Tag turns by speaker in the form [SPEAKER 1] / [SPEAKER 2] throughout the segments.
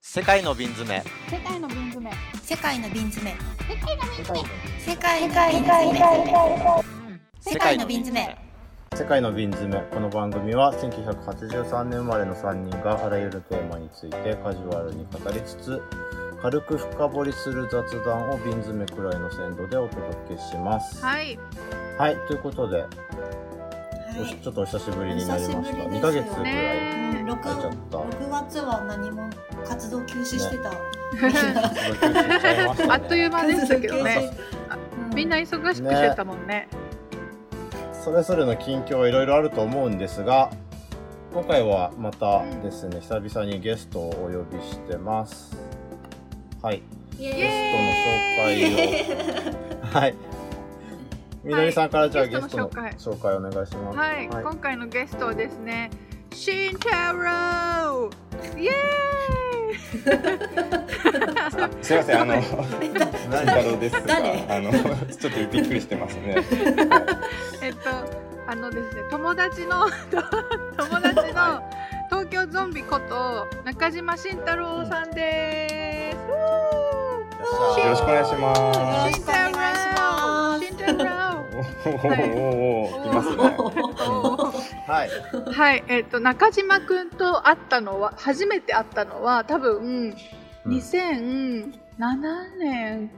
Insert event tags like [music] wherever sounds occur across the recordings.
[SPEAKER 1] 世界の瓶詰め
[SPEAKER 2] 世界の瓶詰め
[SPEAKER 3] 世界の瓶詰め
[SPEAKER 2] 世界の瓶詰め
[SPEAKER 3] 世界の瓶詰め世界の瓶詰め
[SPEAKER 4] 世界の瓶詰めこの番組は1983年生まれの3人があらゆるテーマについてカジュアルに語りつつ軽く深掘りする雑談を瓶詰めくらいの鮮度でお届けします。はい、
[SPEAKER 2] はい
[SPEAKER 4] ということで、お
[SPEAKER 3] は
[SPEAKER 4] し
[SPEAKER 3] い
[SPEAKER 4] ちょっとお久しぶりになりま
[SPEAKER 3] お久
[SPEAKER 4] し
[SPEAKER 3] しぶ
[SPEAKER 4] た。
[SPEAKER 3] りですよね
[SPEAKER 4] 2ヶ月ぐらい
[SPEAKER 2] ね
[SPEAKER 3] 六
[SPEAKER 4] 経っちゃった。
[SPEAKER 3] 六月は何も活動休止してた。
[SPEAKER 2] [laughs] あっという間でしたけどね。みんな
[SPEAKER 3] う
[SPEAKER 2] 忙しくしてたもんね
[SPEAKER 4] それぞれの近況いろいろあると思うんですが今回はまたですね、久々にゲストをお呼びしてますはい
[SPEAKER 3] イエーイ
[SPEAKER 4] ゲストの紹介をはいみのりさんからじゃあゲ
[SPEAKER 2] ゲス
[SPEAKER 4] ス
[SPEAKER 2] ト
[SPEAKER 4] ト
[SPEAKER 2] の
[SPEAKER 4] の
[SPEAKER 2] 紹介
[SPEAKER 4] 紹介お願いします
[SPEAKER 2] はい、今回のゲストはですねシンタローイエーイ
[SPEAKER 5] すいませ
[SPEAKER 2] [laughs]
[SPEAKER 5] ん、あの、
[SPEAKER 4] 何
[SPEAKER 5] 太郎ですが、
[SPEAKER 3] 誰
[SPEAKER 5] あの、 [laughs] ちょっとびっくりしてます
[SPEAKER 2] [laughs]
[SPEAKER 5] ね。
[SPEAKER 2] えっとあのですね友達の [laughs] 友達の東京ゾンビこと中島慎太郎さんです、
[SPEAKER 5] よろしくお願いし
[SPEAKER 3] よ
[SPEAKER 5] ま
[SPEAKER 3] ろしくお願いします
[SPEAKER 2] 慎太郎
[SPEAKER 5] す。おーおーおーおー、来ますね。 [laughs]
[SPEAKER 4] はい
[SPEAKER 2] はい、えっ、と中島くんと会ったのは初めて会ったのは多分
[SPEAKER 4] うん
[SPEAKER 2] 2007年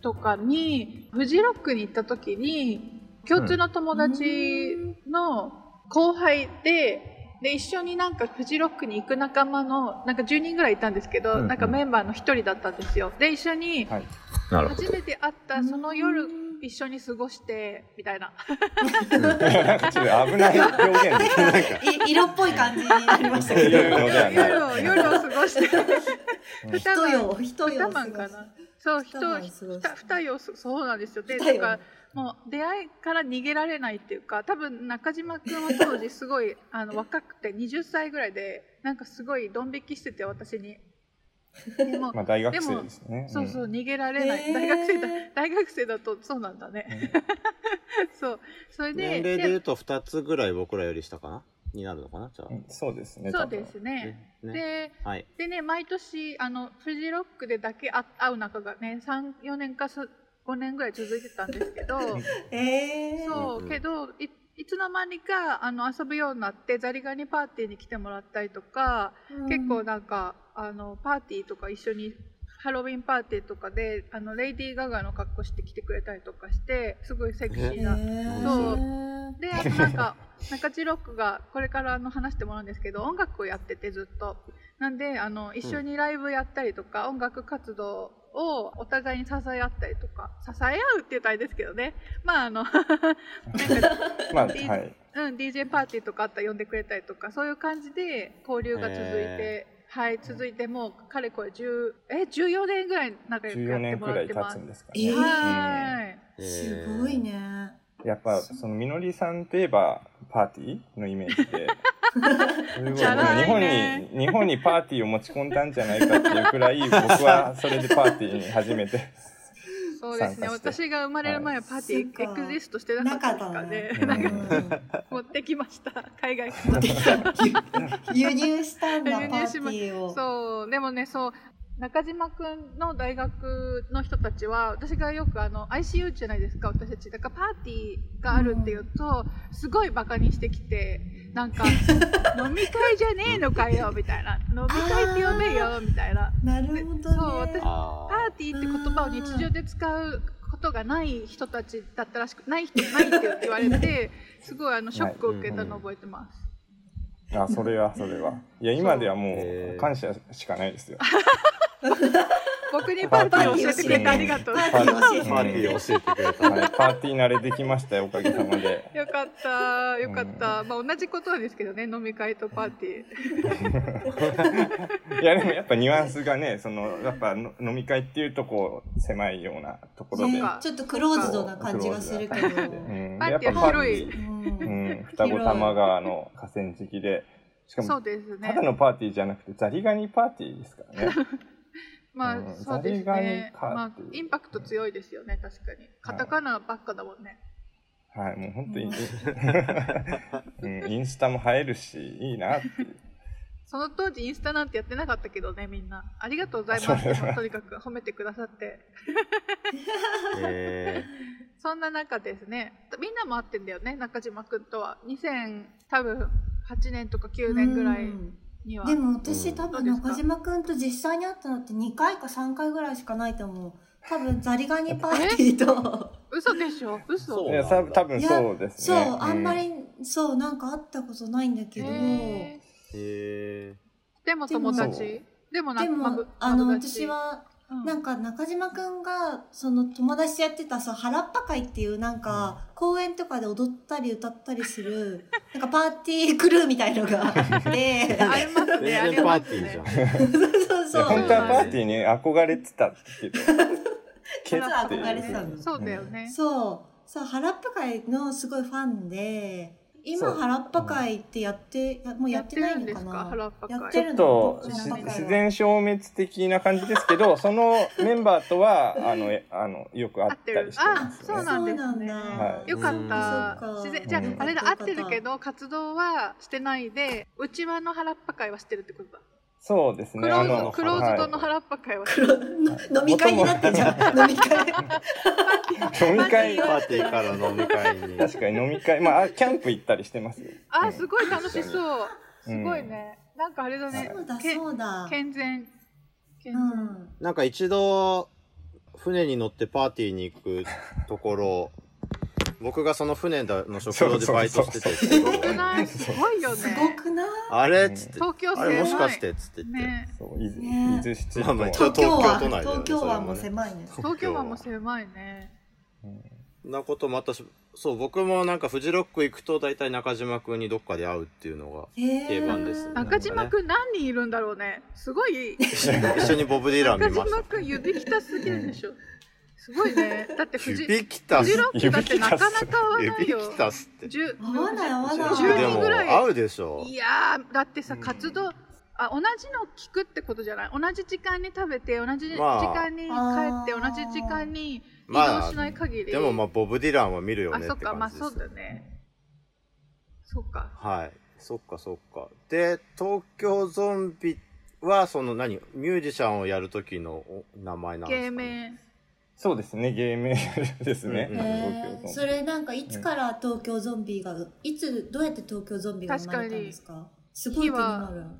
[SPEAKER 2] とかにフジロックに行った時に共通の友達の後輩で。で一緒になんかフジロックに行く仲間のなんか10人ぐらいいたんですけど、
[SPEAKER 4] うんうん
[SPEAKER 2] なんかメンバーの1人だったんですよで一緒に
[SPEAKER 5] はい
[SPEAKER 4] なるほ
[SPEAKER 2] 初
[SPEAKER 4] ど
[SPEAKER 2] めて会ったその夜一緒に過ごしてみたいな
[SPEAKER 5] なんかちょっと危ない表現
[SPEAKER 3] なん
[SPEAKER 5] です。なんか、
[SPEAKER 3] かい色っぽい感じになりましたけど。
[SPEAKER 5] 夜のではない。
[SPEAKER 2] 夜を夜を過ごして [laughs] 二
[SPEAKER 3] 人
[SPEAKER 2] 晩
[SPEAKER 3] よ人よ。
[SPEAKER 2] 二晩かな。そう、
[SPEAKER 3] 二
[SPEAKER 2] 人、
[SPEAKER 3] 晩
[SPEAKER 2] 二
[SPEAKER 3] 過ごし
[SPEAKER 2] 二人をす、そうなんですよ。で、
[SPEAKER 3] 二
[SPEAKER 2] な
[SPEAKER 3] 人
[SPEAKER 2] ん
[SPEAKER 3] を
[SPEAKER 2] か、もう出会いから逃げられないっていうか、多分中島くんは当時すごい、 [laughs] あの、若くて、二十歳ぐらいで、なんかすごいドン引きしてて、私に。でも
[SPEAKER 5] ま、あ、大学生ですね。
[SPEAKER 2] そうそう、
[SPEAKER 5] ん。
[SPEAKER 2] 逃げられない。大学生だ、大学生だと、そうなんだね。 [laughs] そう、それで、
[SPEAKER 4] 年齢で言
[SPEAKER 2] で
[SPEAKER 4] うと2つぐらい僕らより下かなになるのかなじゃ
[SPEAKER 5] うんそうですね。
[SPEAKER 2] そうです
[SPEAKER 4] あ、
[SPEAKER 2] ね。
[SPEAKER 4] ねね
[SPEAKER 2] で、
[SPEAKER 4] はい
[SPEAKER 2] でね毎年あのフジロックでだけあ会う仲がね34年かす5年ぐらい続いてたんですけど
[SPEAKER 3] ええ。
[SPEAKER 2] そう、
[SPEAKER 4] うんうん
[SPEAKER 2] けどいいつの間にかあの遊ぶようになってザリガニパーティーに来てもらったりとか、結構なんかあのパーティーとか一緒にハロウィンパーティーとかであのレイディー・ガガの格好して来てくれたりとかしてすごいセクシ
[SPEAKER 3] え
[SPEAKER 2] ーな。
[SPEAKER 3] ー
[SPEAKER 2] そうであとなんか [laughs] 中地ロックがこれからあの話してもらうんですけど音楽をやっててずっとなんであの一緒にライブやったりとか、音楽活動をお互いに支え合ったりとか支え合うって言うとあれですけどねまああの [laughs] なんか、
[SPEAKER 5] うん。まあ、はい。
[SPEAKER 2] うん、DJ パーティーとかあったら呼んでくれたりとかそういう感じで交流が続いて
[SPEAKER 4] へ。
[SPEAKER 2] はい続いてもうかれこれ10え14年ぐらい仲良くや
[SPEAKER 5] 14
[SPEAKER 2] って
[SPEAKER 5] 年
[SPEAKER 2] も
[SPEAKER 5] く
[SPEAKER 2] ら
[SPEAKER 5] ら
[SPEAKER 2] っ
[SPEAKER 5] い
[SPEAKER 2] て
[SPEAKER 5] 経
[SPEAKER 2] ま
[SPEAKER 5] つ
[SPEAKER 2] す
[SPEAKER 5] んですか
[SPEAKER 3] え
[SPEAKER 5] ね。
[SPEAKER 3] ー
[SPEAKER 2] はい
[SPEAKER 4] え
[SPEAKER 3] す
[SPEAKER 4] ー
[SPEAKER 3] ごいね。
[SPEAKER 5] やっぱ、その、みのりさんといえば、パーティーのイメー
[SPEAKER 2] [laughs]
[SPEAKER 5] ジで。すごい
[SPEAKER 2] チャラ
[SPEAKER 5] 日
[SPEAKER 2] い
[SPEAKER 5] 本
[SPEAKER 2] ね
[SPEAKER 5] に、日本にパーティーを持ち込んだんじゃないかっていうくらい、僕はそれでパーティーに初めて。
[SPEAKER 2] そうですね
[SPEAKER 5] 参加して
[SPEAKER 2] 私が生まれる前はパーティ
[SPEAKER 3] はい
[SPEAKER 2] ーエクジストしてなかったですからね
[SPEAKER 5] なかったね
[SPEAKER 3] うん
[SPEAKER 2] [laughs] 持ってきました海外から
[SPEAKER 1] [laughs]
[SPEAKER 3] 輸入したんだ
[SPEAKER 2] 輸
[SPEAKER 3] パ
[SPEAKER 2] 入
[SPEAKER 3] ー
[SPEAKER 2] し
[SPEAKER 3] テ
[SPEAKER 2] ま
[SPEAKER 3] ィーを。
[SPEAKER 2] そうでもねそう中島くんの大学の人たちは私がよくあの ICU じゃないですか私たちだからパーティーがあるっていうと、すごいバカにしてきてなん [laughs] か飲み会じゃねえのかよみたいな飲み会って呼べよみたいな
[SPEAKER 3] なるほどね。
[SPEAKER 2] そう私
[SPEAKER 4] あ
[SPEAKER 2] パーティーって言葉を日常で使うことがない人たちだったらしくない人ないって言われてすごいあのショックを受けたのを覚えてます。
[SPEAKER 5] あそれはそれはいや今ではも
[SPEAKER 4] へ
[SPEAKER 5] う
[SPEAKER 4] ー
[SPEAKER 5] 感謝しかないですよ
[SPEAKER 2] 僕にパーティーを教えてくれてありがとう。
[SPEAKER 3] パー
[SPEAKER 2] よ
[SPEAKER 3] ティーを
[SPEAKER 4] ー
[SPEAKER 3] 教
[SPEAKER 4] パーティーを教えてくれ
[SPEAKER 2] [laughs]
[SPEAKER 4] た
[SPEAKER 5] はいパーティー慣れできましたよおかげさまで
[SPEAKER 2] かった、よかった。まあ同じことなんですけどね、飲み会とパーティー。
[SPEAKER 5] いやでもやっぱニュアンスがねそのやっぱの飲み会っていうとこう狭いようなところ
[SPEAKER 2] そう
[SPEAKER 5] で、
[SPEAKER 2] か
[SPEAKER 3] ちょっとクローズドな感じがするけど。
[SPEAKER 5] うん、
[SPEAKER 2] パ
[SPEAKER 5] で
[SPEAKER 2] ー
[SPEAKER 5] やっ
[SPEAKER 2] ティー
[SPEAKER 5] ぱ
[SPEAKER 2] は
[SPEAKER 5] パー
[SPEAKER 2] 広
[SPEAKER 5] ティ
[SPEAKER 2] い
[SPEAKER 5] ー、
[SPEAKER 3] う
[SPEAKER 5] うんん、双子玉川の河川敷でしか
[SPEAKER 2] そう
[SPEAKER 5] も
[SPEAKER 2] です
[SPEAKER 5] た
[SPEAKER 2] ね
[SPEAKER 5] だ。のパーティーじゃなくてザリガニパーティーですからね
[SPEAKER 2] ま
[SPEAKER 5] う
[SPEAKER 2] あ
[SPEAKER 5] ん
[SPEAKER 2] そうです
[SPEAKER 5] ザリガニ
[SPEAKER 2] ね。
[SPEAKER 5] パ
[SPEAKER 2] ま
[SPEAKER 5] ー
[SPEAKER 2] あ
[SPEAKER 5] ティー
[SPEAKER 2] インパクト強いですよね、確かに。カタカナばっかだもんね。
[SPEAKER 5] は
[SPEAKER 2] [laughs]
[SPEAKER 5] いもう本当に、うん、インスタも映えるしいいなっていう
[SPEAKER 2] その当時インスタなんてやってなかったけどねみんなありがとうございます
[SPEAKER 5] そう
[SPEAKER 2] とにかく褒めてくださって
[SPEAKER 4] え
[SPEAKER 2] そんな中ですねみんなも会ってんだよね中島くんとは2000多分8年とか9年ぐらい
[SPEAKER 1] うん
[SPEAKER 2] には
[SPEAKER 1] でも私多
[SPEAKER 2] そう
[SPEAKER 1] 分
[SPEAKER 2] ですか
[SPEAKER 1] 中島くんと実際に会ったのって2回か3回ぐらいしかないと思う多分ザリガニパーティーと
[SPEAKER 2] 嘘でしょ嘘
[SPEAKER 4] そう
[SPEAKER 5] いやさ多分そうです
[SPEAKER 1] そう
[SPEAKER 5] ね。
[SPEAKER 1] あんまりそうなんか会ったことないんだけど
[SPEAKER 2] へ
[SPEAKER 4] ー、
[SPEAKER 2] ー
[SPEAKER 4] え
[SPEAKER 2] でも友
[SPEAKER 5] で
[SPEAKER 2] 達でもな
[SPEAKER 1] で
[SPEAKER 2] ま
[SPEAKER 1] も
[SPEAKER 2] ぶ
[SPEAKER 1] あの
[SPEAKER 2] まぶだ
[SPEAKER 1] 私
[SPEAKER 2] し
[SPEAKER 1] は
[SPEAKER 2] うん
[SPEAKER 1] なんか中島くんがその友達とやってたそう原っぱ会っていうなんか公園とかで踊ったり歌ったりする [laughs] なんかパーティークルーみたいのがあって [laughs]
[SPEAKER 5] [laughs]
[SPEAKER 2] あります
[SPEAKER 4] ー、
[SPEAKER 2] ねあ
[SPEAKER 4] 全
[SPEAKER 2] り
[SPEAKER 4] 然パー
[SPEAKER 2] ます
[SPEAKER 4] ティーじゃん
[SPEAKER 2] ね。 [laughs]
[SPEAKER 1] そう
[SPEAKER 5] いや
[SPEAKER 1] そう
[SPEAKER 5] 本当はパーティーに憧れて
[SPEAKER 1] [laughs]
[SPEAKER 5] たけど。
[SPEAKER 1] 実は
[SPEAKER 5] け
[SPEAKER 1] 憧れてたの
[SPEAKER 2] そうだよね
[SPEAKER 1] そうそう原っぱ会のすごいファンで今
[SPEAKER 5] そう
[SPEAKER 1] 原っぱ会ってやってやもうやってないのかな
[SPEAKER 2] やってるんですか原っぱ会
[SPEAKER 1] やっ
[SPEAKER 5] ち
[SPEAKER 1] て
[SPEAKER 5] ょ
[SPEAKER 1] る
[SPEAKER 5] っ
[SPEAKER 1] の
[SPEAKER 5] と
[SPEAKER 1] 原っ
[SPEAKER 5] し
[SPEAKER 1] ぱ会は
[SPEAKER 5] 自然消滅的な感じですけ
[SPEAKER 1] [laughs]
[SPEAKER 5] ど、そのメンバーとは、あの、えあの、よく会
[SPEAKER 2] 合
[SPEAKER 5] っ
[SPEAKER 2] って
[SPEAKER 5] た
[SPEAKER 2] る
[SPEAKER 5] りしてま
[SPEAKER 2] あ
[SPEAKER 5] す
[SPEAKER 2] そ
[SPEAKER 5] ね。
[SPEAKER 2] うなんですね、
[SPEAKER 1] そうなんだ
[SPEAKER 5] はい
[SPEAKER 2] よかっ
[SPEAKER 1] うん
[SPEAKER 2] た
[SPEAKER 1] そっか
[SPEAKER 2] 自然じゃ
[SPEAKER 5] うん
[SPEAKER 2] ああれだ
[SPEAKER 1] よか
[SPEAKER 2] 合っ
[SPEAKER 1] った
[SPEAKER 2] てるけど活動はしてないでうちわの原っぱ会はしてるってことだ
[SPEAKER 5] そうです
[SPEAKER 2] ク
[SPEAKER 5] ね。
[SPEAKER 2] ロ
[SPEAKER 5] あ
[SPEAKER 2] ーズ
[SPEAKER 5] の、
[SPEAKER 2] クローズドの
[SPEAKER 5] はい
[SPEAKER 2] 原っぱ会は
[SPEAKER 1] 黒の [laughs] 飲み会になってんじゃん飲み会
[SPEAKER 5] 飲み会
[SPEAKER 4] パーティーから飲み会に。
[SPEAKER 5] 確かに飲み会、まあ、あキャンプ行ったりしてますよ。
[SPEAKER 2] あ
[SPEAKER 5] うん
[SPEAKER 2] すごい楽しそう
[SPEAKER 5] う
[SPEAKER 2] す
[SPEAKER 5] ん
[SPEAKER 2] ごいねなんかあれだね
[SPEAKER 1] そうだ
[SPEAKER 2] け
[SPEAKER 1] そうだ
[SPEAKER 2] 健全
[SPEAKER 1] う
[SPEAKER 2] 健全
[SPEAKER 1] ん
[SPEAKER 4] なんか一度、船に乗ってパーティーに行くところ、
[SPEAKER 2] [laughs]
[SPEAKER 4] 僕がその船の食堂でバイトしてて、
[SPEAKER 2] 少ないすごいよね
[SPEAKER 1] すごくない
[SPEAKER 4] あれっつって、
[SPEAKER 2] 東京
[SPEAKER 4] あれもし
[SPEAKER 2] 狭
[SPEAKER 4] か
[SPEAKER 2] い
[SPEAKER 4] してっつって言って、
[SPEAKER 2] ね
[SPEAKER 5] そう、伊豆
[SPEAKER 1] ね
[SPEAKER 5] 伊豆七
[SPEAKER 4] まあまあ
[SPEAKER 5] 島
[SPEAKER 4] ちょ
[SPEAKER 1] 東
[SPEAKER 4] っ
[SPEAKER 1] 京
[SPEAKER 4] 東
[SPEAKER 1] は
[SPEAKER 4] 京都内だよね
[SPEAKER 1] 東京
[SPEAKER 4] それも
[SPEAKER 1] は
[SPEAKER 4] ね
[SPEAKER 1] もう狭いね
[SPEAKER 2] 東京湾も狭いね
[SPEAKER 4] そんなこともあったし、そう、僕もなんかフジロック行くと大体中島くんにどっかで会うっていうの
[SPEAKER 2] [laughs]
[SPEAKER 4] が、
[SPEAKER 1] へー
[SPEAKER 4] 定番ですね
[SPEAKER 2] 中島くん何人いるんだろうねすごい
[SPEAKER 4] 一緒にボブ・ディラン見
[SPEAKER 2] 中
[SPEAKER 4] まし
[SPEAKER 2] 島
[SPEAKER 4] た。
[SPEAKER 2] くん指きたすぎるでしょすごいねだって藤
[SPEAKER 4] 指きた
[SPEAKER 2] フ
[SPEAKER 4] す
[SPEAKER 2] ジ、ロックだってなかなか合わない
[SPEAKER 4] 指
[SPEAKER 2] よ
[SPEAKER 4] きたすって。
[SPEAKER 2] じゅ
[SPEAKER 1] 合わない合わ
[SPEAKER 4] フジ
[SPEAKER 1] な
[SPEAKER 4] ロ
[SPEAKER 1] い
[SPEAKER 2] 十人
[SPEAKER 4] ックでも
[SPEAKER 2] ぐらい
[SPEAKER 4] 会うでしょ。
[SPEAKER 2] いやーだってさ
[SPEAKER 5] うん
[SPEAKER 2] 活動、あ同じの聞くってことじゃない同じ時間に食べて同じ時
[SPEAKER 4] まあ
[SPEAKER 2] 間に帰って
[SPEAKER 1] あ
[SPEAKER 2] 同
[SPEAKER 1] ー
[SPEAKER 2] じ時間に移
[SPEAKER 4] まあ
[SPEAKER 2] 動しない限り、
[SPEAKER 4] でもまあ、ボブ・ディランは見るよ
[SPEAKER 2] あ
[SPEAKER 4] ねっ
[SPEAKER 2] そってか
[SPEAKER 4] 感
[SPEAKER 2] まあ
[SPEAKER 4] じで
[SPEAKER 2] そう
[SPEAKER 4] す
[SPEAKER 2] だ。ねそっか
[SPEAKER 4] はい。そっかそっか。で、東京ゾンビは、その何、ミュージシャンをやる時のお名前なんですか、
[SPEAKER 2] 芸
[SPEAKER 4] ね、
[SPEAKER 2] 名
[SPEAKER 5] そうですね、芸名ですね。
[SPEAKER 4] うん
[SPEAKER 1] へー
[SPEAKER 5] 東京
[SPEAKER 1] それなんかいつから東京ゾンビがいつどうやって東京ゾンビが生まれたんですかすごい気になる
[SPEAKER 2] う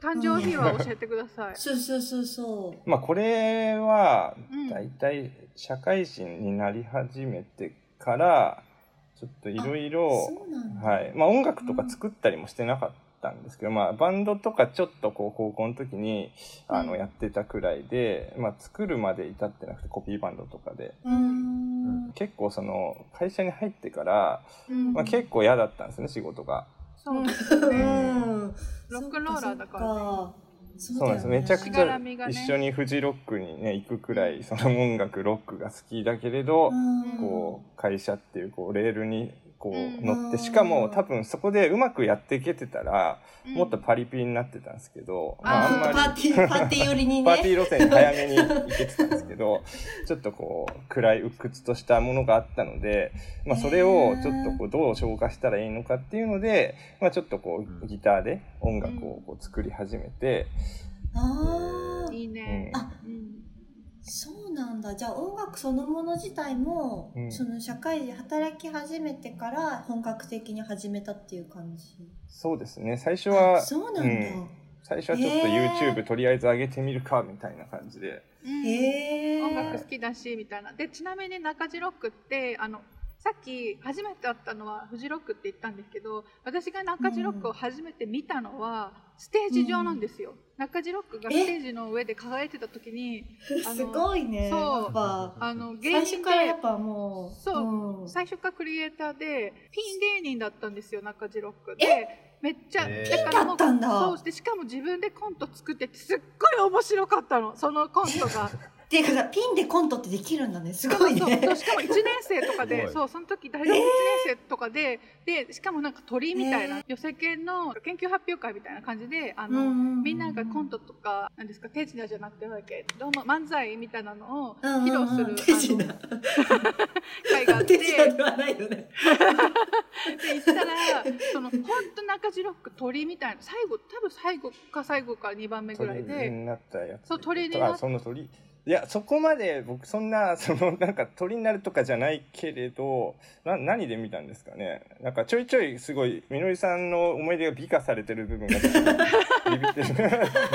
[SPEAKER 2] 誕生日は教えてください
[SPEAKER 1] そうそうそうそう
[SPEAKER 5] まあこれは
[SPEAKER 2] うん
[SPEAKER 5] 大体社会人になり始めてからちょっといろいろ
[SPEAKER 1] そうなんだ、
[SPEAKER 5] はいまあ音楽とか作ったりもしてなかったんですけど、まあバンドとかちょっとこう高校の時にあ
[SPEAKER 2] う
[SPEAKER 5] の
[SPEAKER 2] ん
[SPEAKER 5] やってたくらいで、まあ作るまで至ってなくてコピーバンドとかで
[SPEAKER 1] うーん
[SPEAKER 5] 結構その会社に入ってから、
[SPEAKER 2] うん
[SPEAKER 5] まあ、結構嫌だったんですね仕事が。
[SPEAKER 2] そうですね
[SPEAKER 1] うん
[SPEAKER 2] ロックンローラーだからね
[SPEAKER 1] そっかそっか
[SPEAKER 5] そうなんです。めちゃ
[SPEAKER 2] し
[SPEAKER 5] くち
[SPEAKER 2] がら
[SPEAKER 5] ゃ
[SPEAKER 2] みがね
[SPEAKER 5] 一緒にフジロックにね、行くくらい、その音楽、ロックが好きだけれど、
[SPEAKER 1] うん
[SPEAKER 5] こう、会社っていう、こう、レールに、こ
[SPEAKER 2] うん
[SPEAKER 5] う、乗って、しかも多分そこでうまくやっていけてたら、
[SPEAKER 2] うん
[SPEAKER 5] もっとパリピになってたんですけど、
[SPEAKER 2] あ
[SPEAKER 5] ま
[SPEAKER 1] あ
[SPEAKER 5] あ、あんま
[SPEAKER 1] ー
[SPEAKER 5] り
[SPEAKER 1] パーティーパーティー寄りに
[SPEAKER 5] [laughs] パーテ
[SPEAKER 1] ね
[SPEAKER 5] ィー路線に早めに行けてたんですけど、 [laughs] ちょっとこう、暗い鬱屈としたものがあったので、まあそれをちょっとこう、どう消化したらいいのかっていうので、まあちょっとこ
[SPEAKER 4] うん
[SPEAKER 5] う、ギターで音楽をこう作り始めて、
[SPEAKER 1] あー
[SPEAKER 2] いいね
[SPEAKER 5] うん
[SPEAKER 1] あ
[SPEAKER 2] うん
[SPEAKER 1] そうなんだじゃあ音楽そのもの自体も、
[SPEAKER 5] うん
[SPEAKER 1] その社会で働き始めてから本格的に始めたっていう感じ
[SPEAKER 5] そうですね、最初は
[SPEAKER 1] あ、そうなんだ、
[SPEAKER 5] うん最初はちょっと
[SPEAKER 1] へー
[SPEAKER 5] YouTube とりあえず上げてみるかみたいな感じで、
[SPEAKER 2] うん
[SPEAKER 1] へえ
[SPEAKER 2] 音楽好きだしみたいなでちなみに中地ロックってあのさっき初めて会ったのはフジロックって言ったんですけど私が中地ロックを初めて見たのはステージ上なんですよ、中地ロックがステージの上で輝いてた時にあの
[SPEAKER 1] すごいね
[SPEAKER 2] そう
[SPEAKER 1] やっぱ
[SPEAKER 2] あの芸
[SPEAKER 1] 最
[SPEAKER 2] 人
[SPEAKER 1] 初からや
[SPEAKER 2] で
[SPEAKER 1] っぱもう
[SPEAKER 2] そうん最初からクリエイターでピン芸人だったんですよ中地ロックで。めっちゃ、
[SPEAKER 4] えー
[SPEAKER 2] だからもう
[SPEAKER 1] ピンだったんだ
[SPEAKER 2] そうでしかも自分でコント作っててすっごい面白かったのそのコントが
[SPEAKER 1] っていうかさ、ピンでコントってできるんだね。すごい
[SPEAKER 2] そうそう
[SPEAKER 1] ね。
[SPEAKER 2] しかも1年生とか
[SPEAKER 4] すご
[SPEAKER 2] で
[SPEAKER 4] い
[SPEAKER 2] そうその時大学1年生とかで,、でしかもなんか鳥みたいな、寄せ犬の研究発表会みたいな感じであの、みんながコン
[SPEAKER 1] ト
[SPEAKER 2] トとかなんですか手品じゃなくてなんだっけどうも漫才みたいなの
[SPEAKER 1] [laughs]
[SPEAKER 2] を披露する、
[SPEAKER 1] 手品。
[SPEAKER 2] あの会があっ
[SPEAKER 1] 手
[SPEAKER 2] て
[SPEAKER 1] 品ではないよね。
[SPEAKER 2] って言ったらその本当中城く鳥みたいな最後多分最後か最後か2番目ぐらい
[SPEAKER 5] 鳥
[SPEAKER 2] で
[SPEAKER 5] になったやつ
[SPEAKER 2] そう鳥になっ
[SPEAKER 5] あその鳥いやそこまで僕そんな [laughs] そのなんか鳥になるとかじゃないけれどな何で見たんですかねなんかちょいちょいすごいみのりさんの思い出が美化されてる部分がビビってる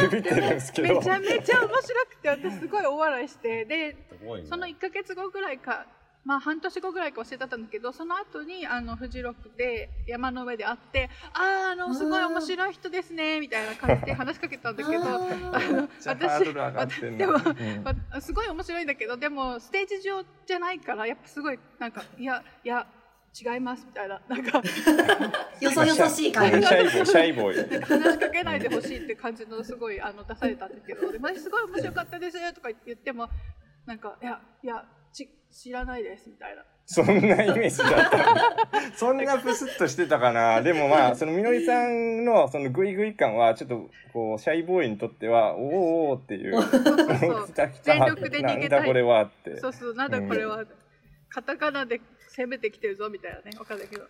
[SPEAKER 5] ビビってるんですけど
[SPEAKER 2] めちゃめちゃ面白くて私すごいお笑いしてで
[SPEAKER 4] ごいね
[SPEAKER 2] その1ヶ月後ぐらいか、まあ、半年後ぐらいか忘れてたんだけどその後にあのフジロックで山の上で会って「あああのすごい面白い人ですね」みたいな感じで話しかけたんだけど。
[SPEAKER 1] あー
[SPEAKER 5] めっちゃハードル上がってんな
[SPEAKER 2] 私
[SPEAKER 5] うん
[SPEAKER 2] まあすごい面白いんだけどでもステージ上じゃないからやっぱすごいなんかいやいや違いますみたいななんか
[SPEAKER 1] よそよそしい感 [laughs]
[SPEAKER 5] シ
[SPEAKER 1] じ。
[SPEAKER 5] ャイボーイシャイボーイ
[SPEAKER 2] 話しかけないでほしいって感じのすごいあの出されたんだけどでもすごい面白かったですとか言ってもなんかいやいやち知らないですみたいな
[SPEAKER 5] そんなイメージだった。 [laughs] そんなブスッとしてたかな。でもまあ、そのみのりさんのそのグイグイ感は、ちょっとこう、シャイボーイにとっては、おーおーって
[SPEAKER 2] [laughs]
[SPEAKER 5] い
[SPEAKER 2] そ
[SPEAKER 5] う、
[SPEAKER 2] うそう
[SPEAKER 5] 来た来た、
[SPEAKER 2] 全力で逃げた
[SPEAKER 5] ないんだこれはって。
[SPEAKER 2] そうそう、なんだこれは、カタカナで攻めてきてるぞみたいなね、わかんないけど、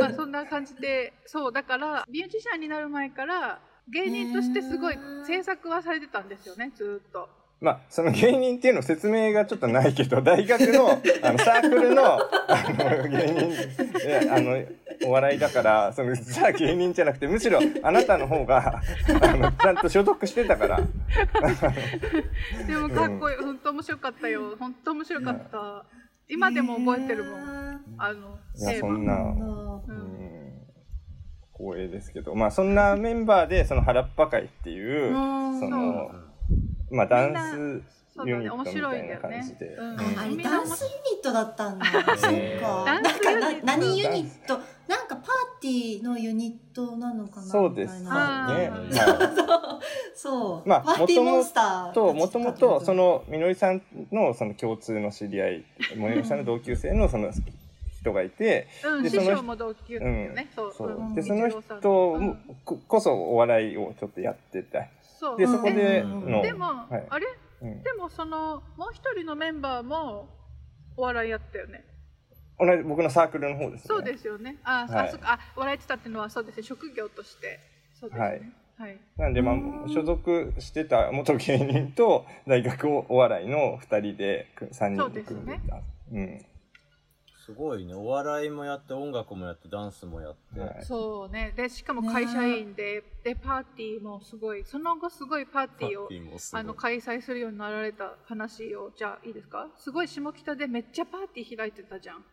[SPEAKER 2] まあそんな感じで、そう、だから、ミュージシャンになる前から、芸人としてすごい制作はされてたんですよね、ずーっと。
[SPEAKER 5] まあ、その芸人っていうの説明がちょっとないけど、 [laughs] 大学の、あの、サークルの、あの、芸人、いやあの、お笑いだから、その、じゃあ芸人じゃなくて、むしろ、あなたの方が、あの、ちゃんと所属してたから。
[SPEAKER 2] でもかっこいい、本当面白かったよ、本当面白かった。 [laughs] 今でも覚えてるもん、
[SPEAKER 1] ん。
[SPEAKER 2] あの、
[SPEAKER 5] いや、
[SPEAKER 2] テー
[SPEAKER 5] そ
[SPEAKER 2] マ
[SPEAKER 5] んな、
[SPEAKER 2] う
[SPEAKER 5] うんん光栄ですけど、まあ、そんなメンバーでその原っぱ会っていう、
[SPEAKER 1] うん
[SPEAKER 5] その
[SPEAKER 4] うん
[SPEAKER 5] まあ、ダン
[SPEAKER 2] そう
[SPEAKER 5] ユ
[SPEAKER 2] だ
[SPEAKER 5] ニ
[SPEAKER 2] ね、
[SPEAKER 5] ッ
[SPEAKER 2] 面
[SPEAKER 5] トみた
[SPEAKER 2] 白い
[SPEAKER 5] い
[SPEAKER 2] んだ
[SPEAKER 5] な
[SPEAKER 2] よね
[SPEAKER 5] 感じで。
[SPEAKER 2] うん
[SPEAKER 1] あれ
[SPEAKER 2] みんな
[SPEAKER 1] ダンスユニットだった
[SPEAKER 2] [laughs]
[SPEAKER 1] んだ。そっか。な
[SPEAKER 2] ダン
[SPEAKER 1] ん
[SPEAKER 2] スユ
[SPEAKER 1] か
[SPEAKER 2] ニッ
[SPEAKER 1] な
[SPEAKER 2] ト
[SPEAKER 1] 何ユニット、なんかパーティーのユニットなのかな。
[SPEAKER 5] そうです
[SPEAKER 1] み
[SPEAKER 5] ね。
[SPEAKER 1] たいな
[SPEAKER 2] あー
[SPEAKER 5] は
[SPEAKER 1] そう。
[SPEAKER 5] まあ
[SPEAKER 1] パーティーモンスター
[SPEAKER 5] い。と、もともと、その、みのりさんの、その共通の知り合い、ものりさんの同級生の、その、人がいて、
[SPEAKER 2] うん、
[SPEAKER 5] で
[SPEAKER 2] 師
[SPEAKER 5] その
[SPEAKER 2] 匠も同級だよね、そう。
[SPEAKER 5] そうう。
[SPEAKER 2] ん
[SPEAKER 5] で、その
[SPEAKER 2] 一
[SPEAKER 5] 人
[SPEAKER 2] 郎さんう
[SPEAKER 5] も
[SPEAKER 2] ん
[SPEAKER 5] ここそお笑いをちょっとやってた。
[SPEAKER 2] そう
[SPEAKER 5] で、そこで
[SPEAKER 1] うん
[SPEAKER 5] の、
[SPEAKER 2] でも、
[SPEAKER 5] はい
[SPEAKER 2] あれ
[SPEAKER 5] うん
[SPEAKER 2] でもそのもう一人のメンバーもお笑いやったよね。
[SPEAKER 5] 同じ僕のサークルの方ですね。
[SPEAKER 2] そうですよね。あ、あ
[SPEAKER 5] はい
[SPEAKER 2] そっかあ笑ってたっていうのはそうですね。職業としてそうですね。はい。
[SPEAKER 5] なんで、
[SPEAKER 1] う
[SPEAKER 5] まあ、
[SPEAKER 1] ん
[SPEAKER 5] 所属してた元芸人と大学お笑いの2人でく3人で組んでた。
[SPEAKER 4] すごいねお笑いもやって音楽もやってダンスもやって、
[SPEAKER 5] うんはい
[SPEAKER 2] そうね。でしかも会社員で、でパーティーもすごいその後すごいパーテ
[SPEAKER 4] パ
[SPEAKER 2] ィ
[SPEAKER 4] ー
[SPEAKER 2] ーを
[SPEAKER 4] ティーもすごい
[SPEAKER 2] あの開催するようになられた話をじゃあいいですか。すごい下北でめっちゃパーティー開いてたじゃん。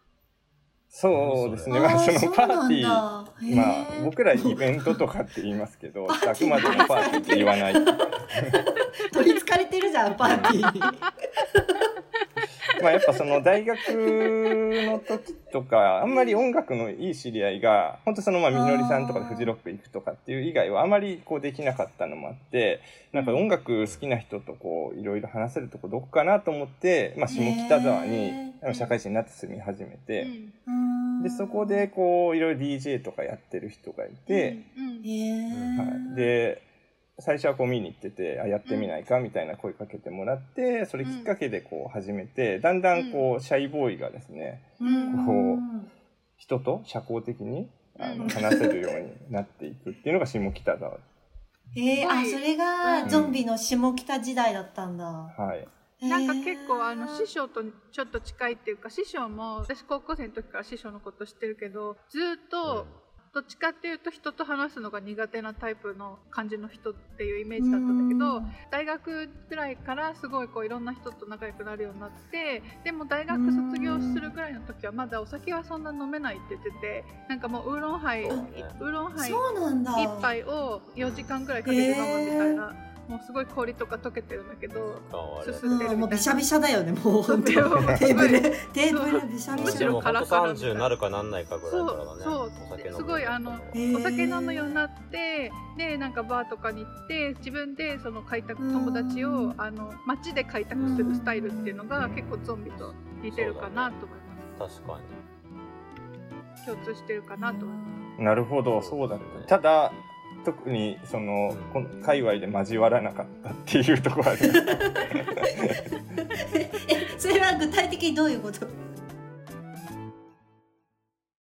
[SPEAKER 5] そうですね。
[SPEAKER 4] あー
[SPEAKER 5] まあ、そのパーティー、ま
[SPEAKER 1] ー
[SPEAKER 5] あ、僕らイベントとかって言いますけど、あくまでも [laughs] パーティーって言わない。
[SPEAKER 1] [laughs] 取り憑かれてるじゃん、パーティーに。
[SPEAKER 5] [laughs] まあ、やっぱその大学の時とか、あんまり音楽のいい知り合いが、本当そのまあみのりさんとかでフジロック行くとかっていう以外はあまりこうできなかったのもあって、なんか音楽好きな人とこういろいろ話せるとこどこかなと思って、まあ [laughs] 下北沢
[SPEAKER 1] へ
[SPEAKER 5] に
[SPEAKER 1] ー
[SPEAKER 5] あの社会人になって住み始め
[SPEAKER 2] う
[SPEAKER 5] て、
[SPEAKER 2] ん
[SPEAKER 5] で、そこでこういろいろ DJ とかやってる人がいて、、
[SPEAKER 2] うんうん
[SPEAKER 1] へー、
[SPEAKER 5] はい、で最初はこう見に行っててあやってみないかみたいな声かけてもらってそれきっかけでこう始めてだんだんこうシャイボーイがですね
[SPEAKER 1] うん
[SPEAKER 5] こ人と社交的にあ
[SPEAKER 2] う
[SPEAKER 5] の
[SPEAKER 2] ん
[SPEAKER 5] 話せるようになっていくっていうのが下北沢、
[SPEAKER 1] えー、あ、それ
[SPEAKER 2] う
[SPEAKER 1] が
[SPEAKER 5] ん
[SPEAKER 1] ゾンビの下北時代だったんだ。
[SPEAKER 5] はい、
[SPEAKER 2] なんか
[SPEAKER 1] へー
[SPEAKER 2] 結構あの師匠とちょっと近いっていうか師匠も私高校生の時から師匠のこと知ってるけどずーっとどっちかっていうと人と話すのが苦手なタイプの感じの人っていうイメージだったんだけど大学ぐらいからすごいこういろんな人と仲良くなるようになってでも大学卒業するぐらいの時はまだお酒はそんな飲めないって言っててなんかもうウーロンハイウ
[SPEAKER 4] そうね
[SPEAKER 2] ーロンハイ
[SPEAKER 1] そうなんだ。
[SPEAKER 2] 一杯を4時間ぐらいかけて飲むみたいなもうすごい氷とか溶けてるんだけど
[SPEAKER 4] かわいい
[SPEAKER 2] 進んでるみたいな
[SPEAKER 1] もうびしゃびしゃだよねもう本当に
[SPEAKER 2] そうだよ
[SPEAKER 1] テーブルテーブルびしゃび
[SPEAKER 2] む
[SPEAKER 1] し
[SPEAKER 2] し
[SPEAKER 1] ゃ
[SPEAKER 4] で
[SPEAKER 2] ろ
[SPEAKER 4] も
[SPEAKER 2] カラカラみたい
[SPEAKER 4] 130になるかなんないかぐらいからだね
[SPEAKER 2] そうそう
[SPEAKER 4] お酒飲む
[SPEAKER 2] すごいあの
[SPEAKER 1] へー
[SPEAKER 2] お酒飲むようになってでなんかバーとかに行って自分でその開拓友達
[SPEAKER 1] う
[SPEAKER 2] を
[SPEAKER 1] ん
[SPEAKER 2] あの街で開拓するスタイルっていうのが結構ゾンビと似てるかなと思いま
[SPEAKER 4] 確かに
[SPEAKER 2] す共通してるかなと思いま
[SPEAKER 5] なるほどそうだったただ特にそのこの界隈で交わらなかったっていうところはあります
[SPEAKER 1] えそれは具体的にどういうこと